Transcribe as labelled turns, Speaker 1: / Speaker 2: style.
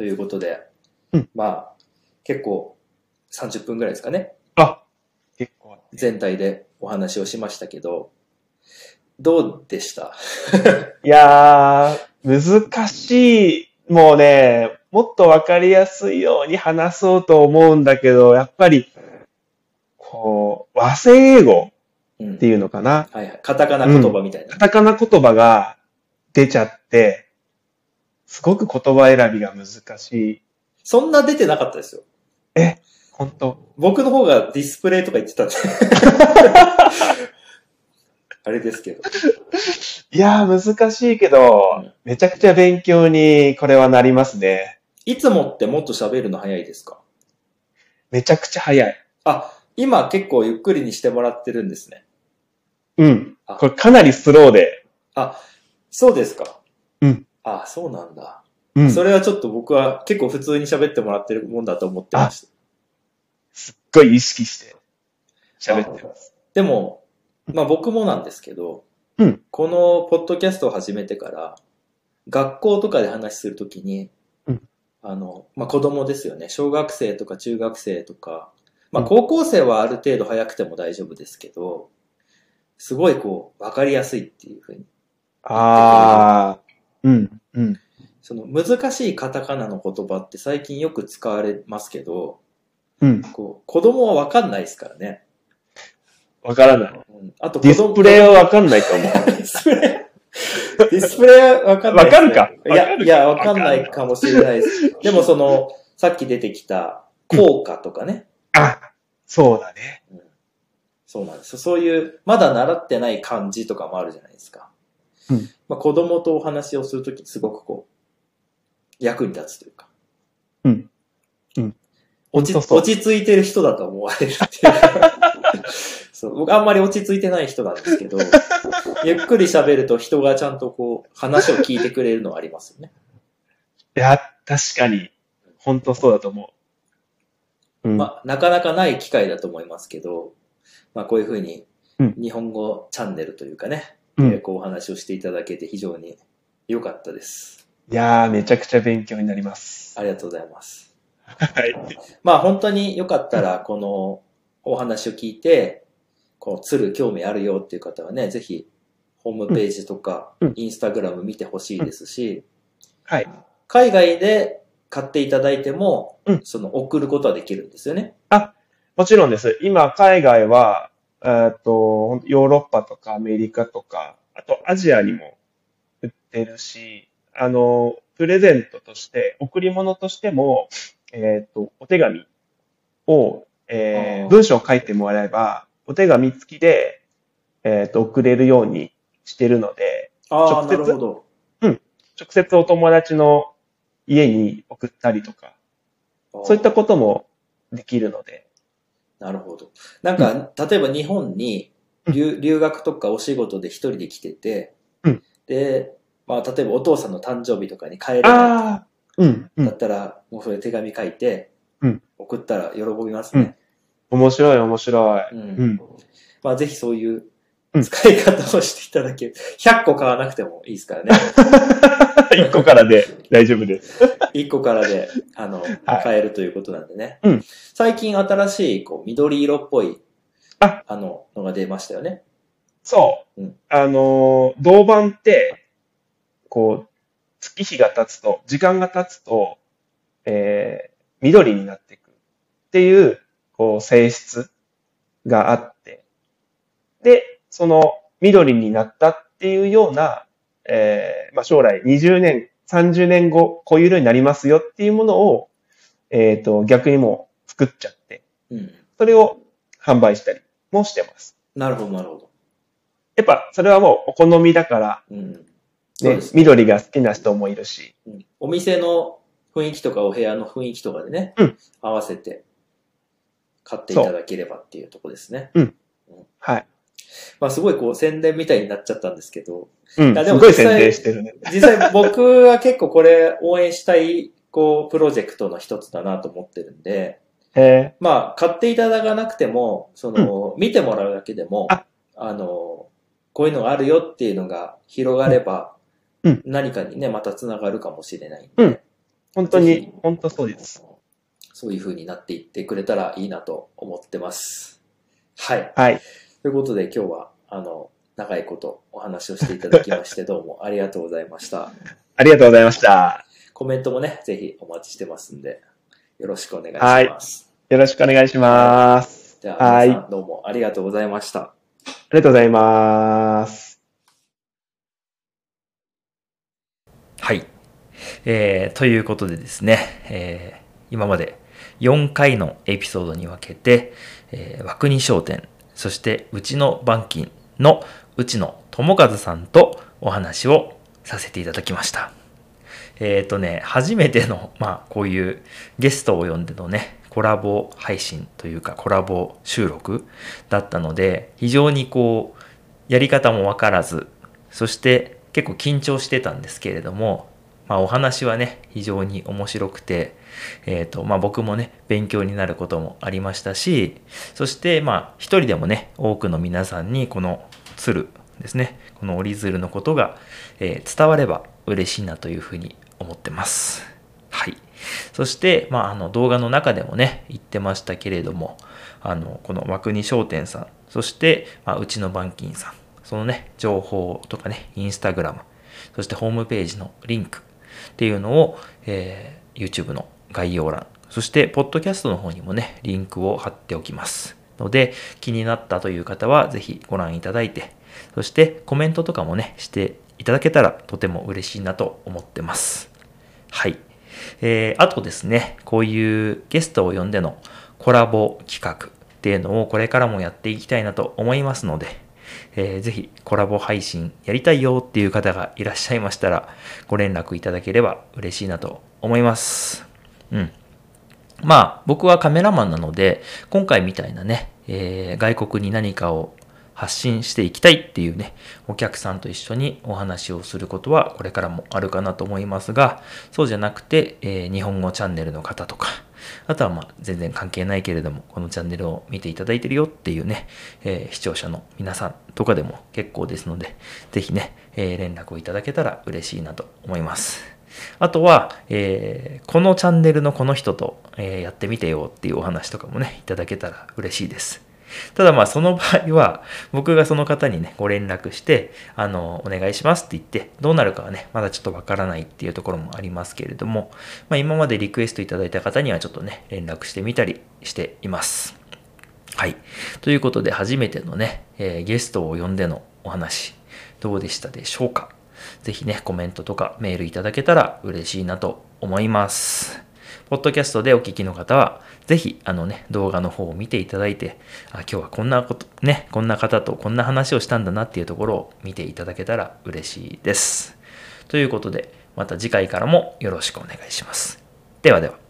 Speaker 1: いうことで、
Speaker 2: うん
Speaker 1: まあ、結構30分ぐらいですかね。
Speaker 2: あ、結構。
Speaker 1: 全体でお話をしましたけど、どうでした
Speaker 2: いやー、難しい。もうね、もっとわかりやすいように話そうと思うんだけど、やっぱり、こう、和製英語
Speaker 1: うん
Speaker 2: っていうのかな。
Speaker 1: はいはい。カタカナ言葉みたいな。
Speaker 2: カタカナ言葉が出ちゃって、すごく言葉選びが難しい。
Speaker 1: そんな出てなかったですよ。
Speaker 2: 本当
Speaker 1: 僕の方がディスプレイとか言って たんで。あれですけど。
Speaker 2: いやー、難しいけど、
Speaker 1: うん
Speaker 2: めちゃくちゃ勉強にこれはなりますね。
Speaker 1: いつもってもっと喋るの早いですか
Speaker 2: めちゃくちゃ早い。
Speaker 1: あ、今結構ゆっくりにしてもらってるんですね。
Speaker 2: うん。
Speaker 1: あ
Speaker 2: これかなりスローで。
Speaker 1: あ、そうですか。
Speaker 2: うん。
Speaker 1: あ、そうなんだ。
Speaker 2: うん。す
Speaker 1: そ
Speaker 2: っ
Speaker 1: れはちょっと僕は結構普通に喋ってもらってるもんだと思ってました。
Speaker 2: ごい意識して喋ってます。
Speaker 1: でも、まあ僕もなんですけど、
Speaker 2: うん
Speaker 1: このポッドキャストを始めてから、学校とかで話するときに、
Speaker 2: うん
Speaker 1: あの、まあ子供ですよね。小学生とか中学生とか、まあ
Speaker 2: うん
Speaker 1: 高校生はある程度早くても大丈夫ですけど、すごいこう、わかりやすいっていうふうに。
Speaker 2: ああ、うん、うん。
Speaker 1: その難しいカタカナの言葉って最近よく使われますけど、
Speaker 2: うん。
Speaker 1: こう、子供はわかんないですからね。
Speaker 2: わからない。
Speaker 1: うんあと
Speaker 2: ディスプレイ
Speaker 1: を
Speaker 2: はわかんないと思う。
Speaker 1: ディスプレイ。ディスプレイはわかんないですね、
Speaker 2: わかるか
Speaker 1: い
Speaker 2: わか
Speaker 1: や、
Speaker 2: る
Speaker 1: いや、わかんないかもしれないです。でもその、さっき出てきた効果とかね。
Speaker 2: あ、そうだね。
Speaker 1: そうなんです。そういう、まだ習ってない漢字とかもあるじゃないですか。
Speaker 2: うん
Speaker 1: まあ、子供とお話をするとき、すごくこう、役に立つというか。
Speaker 2: うん。うん。
Speaker 1: 落ち
Speaker 2: ほんとそう
Speaker 1: 落ち着いてる人だと思われるっていうか そう僕あんまり落ち着いてない人なんですけど、ゆっくり喋ると人がちゃんとこう、話を聞いてくれるのはありますよね。
Speaker 2: いや、確かに、本当そうだと思う。うん。
Speaker 1: まあ、なかなかない機会だと思いますけど、まあ、こういうふうに
Speaker 2: うん、
Speaker 1: 日本語チャンネルというかね、
Speaker 2: うん
Speaker 1: えーこうお話をしていただけて非常に良かったです。
Speaker 2: いやー、めちゃくちゃ勉強になります。
Speaker 1: ありがとうございます。
Speaker 2: はい。
Speaker 1: まあ、本当によかったら、このお話を聞いて、こう、鶴興味あるよっていう方はね、ぜひ、ホームページとか
Speaker 2: うん、
Speaker 1: インスタグラム見てほしいですし、
Speaker 2: はい。
Speaker 1: 海外で買っていただいても
Speaker 2: うん、
Speaker 1: その、送ることはできるんですよね。
Speaker 2: もちろんです。今、海外は、えーっと、ほんとヨーロッパとかアメリカとか、あとアジアにも売ってるし、あの、プレゼントとして、贈り物としても、えーっと、お手紙を、え
Speaker 1: あー
Speaker 2: ー、文章を書いてもらえば、お手紙付きで、えーっと、送れるようにしてるので、
Speaker 1: ああ、
Speaker 2: 直
Speaker 1: な
Speaker 2: 接
Speaker 1: るほど。
Speaker 2: 直接お友達の家に送ったりとか、そういったこともできるので、
Speaker 1: なるほど。なんか、例えば日本に留留学とかお仕事で一人で来てて、
Speaker 2: うん
Speaker 1: で、まあ、例えばお父さんの誕生日とかに帰れないと
Speaker 2: ああ、うん、う
Speaker 1: だ
Speaker 2: ん
Speaker 1: っ。たら、もうそれ手紙書いて
Speaker 2: うん、
Speaker 1: 送ったら喜びますね。
Speaker 2: 面白い、面白い。
Speaker 1: う。
Speaker 2: うんん。
Speaker 1: まあ、ぜひそういう
Speaker 2: うん
Speaker 1: 使い方をしていただける。100個買わなくてもいいです からね。
Speaker 2: 一個からで大丈夫です。
Speaker 1: 1個からで、あの、
Speaker 2: はい
Speaker 1: 買えるということなんでね。
Speaker 2: うん
Speaker 1: 最近新しい、こう、緑色っぽい、
Speaker 2: あ
Speaker 1: あの、のが出ましたよね。
Speaker 2: そう。
Speaker 1: うん
Speaker 2: あのー、銅板って、こう、月日が経つと、時間が経つと、えー、緑になっていくっていう、こう、性質があって、で、その緑になったっていうような、えー、まあ、将来20年、30年後、こういう色になりますよっていうものを、えっ、と、逆にもう作っちゃって、
Speaker 1: うん。
Speaker 2: それを販売したりもしてます。
Speaker 1: なるほど、なるほど。
Speaker 2: やっぱそれはもうお好みだから、
Speaker 1: うん。そう
Speaker 2: ね
Speaker 1: で、すね
Speaker 2: 緑が好きな人もいるし、
Speaker 1: うんお店の雰囲気とかお部屋の雰囲気とかでね、
Speaker 2: うん
Speaker 1: 合わせて買っていただければっていうとこですね。
Speaker 2: はい。
Speaker 1: まあすごいこう宣伝みたいになっちゃったんですけど、
Speaker 2: うん、
Speaker 1: いやですも
Speaker 2: ごい
Speaker 1: 実際
Speaker 2: 宣伝してるね。
Speaker 1: 実際僕は結構これ応援したいこうプロジェクトの一つだなと思ってるんで、
Speaker 2: へ
Speaker 1: まあ買っていただかなくても、その見てもらうだけでも、
Speaker 2: あ
Speaker 1: あの、こういうのがあるよっていうのが広がれば
Speaker 2: うん、
Speaker 1: 何かにね、また繋がるかもしれないんで、
Speaker 2: うん本当に、本当そうです。
Speaker 3: そういう風になっていってくれたらいいなと思ってます。はい。
Speaker 2: はい。
Speaker 3: ということで今日は、あの、長いことお話をしていただきまして、どうもありがとうございました。
Speaker 2: ありがとうございました。
Speaker 3: コメントもね、ぜひお待ちしてますんで、よろしくお願いします。
Speaker 2: よろしくお願いします。
Speaker 3: じゃあ、
Speaker 2: はい
Speaker 3: 皆さんどうもありがとうございました。
Speaker 2: ありがとうございます。
Speaker 1: はい。えーということでですね、えー今まで4回のエピソードに分けて、えー、枠に商店、そしてうちの板金のうちの友和さんとお話をさせていただきました。えっ、とね、初めての、まあ、こういうゲストを呼んでのね、コラボ配信というか、コラボ収録だったので、非常にこう、やり方もわからず、そして結構緊張してたんですけれども、まあ、お話はね、非常に面白くて、えっ、と、まあ、僕もね、勉強になることもありましたし、そして、まあ、一人でもね、多くの皆さんに、この鶴ですね、この折り鶴のことが、えー伝われば嬉しいなというふうに思ってます。はい。そして、まあ、あの動画の中でもね、言ってましたけれども、あの、この枠に商店さん、そして、まあ、うちの板金さん、そのね、情報とかね、インスタグラム、そしてホームページのリンクっていうのを、えー YouTube の概要欄、そして、ポッドキャストの方にもね、リンクを貼っておきます。ので、気になったという方は、ぜひご覧いただいて、そして、コメントとかもね、していただけたら、とても嬉しいなと思ってます。はい。えーあとですね、こういうゲストを呼んでのコラボ企画っていうのをこれからもやっていきたいなと思いますので、えーぜひコラボ配信やりたいよっていう方がいらっしゃいましたら、ご連絡いただければ嬉しいなと思います。うん。まあ、僕はカメラマンなので、今回みたいなね、えー外国に何かを発信していきたいっていうね、お客さんと一緒にお話をすることはこれからもあるかなと思いますが、そうじゃなくて、えー日本語チャンネルの方とか、あとはまあ全然関係ないけれども、このチャンネルを見ていただいてるよっていうね、えー視聴者の皆さんとかでも結構ですので、ぜひね、えー連絡をいただけたら嬉しいなと思います。あとは、えーこのチャンネルのこの人と、えーやってみてよっていうお話とかもね、いただけたら嬉しいです。ただまあその場合は、僕がその方にね、ご連絡して、あの、お願いしますって言って、どうなるかはね、まだちょっとわからないっていうところもありますけれども、まあ今までリクエストいただいた方にはちょっとね、連絡してみたりしています。はい。ということで、初めてのね、えーゲストを呼んでのお話、どうでしたでしょうかぜひね、コメントとかメールいただけたら嬉しいなと思います。ポッドキャストでお聞きの方は、ぜひ、あのね、動画の方を見ていただいて、あ、今日はこんなこと、ね、こんな方とこんな話をしたんだなっていうところを見ていただけたら嬉しいです。ということで、また次回からもよろしくお願いします。ではでは。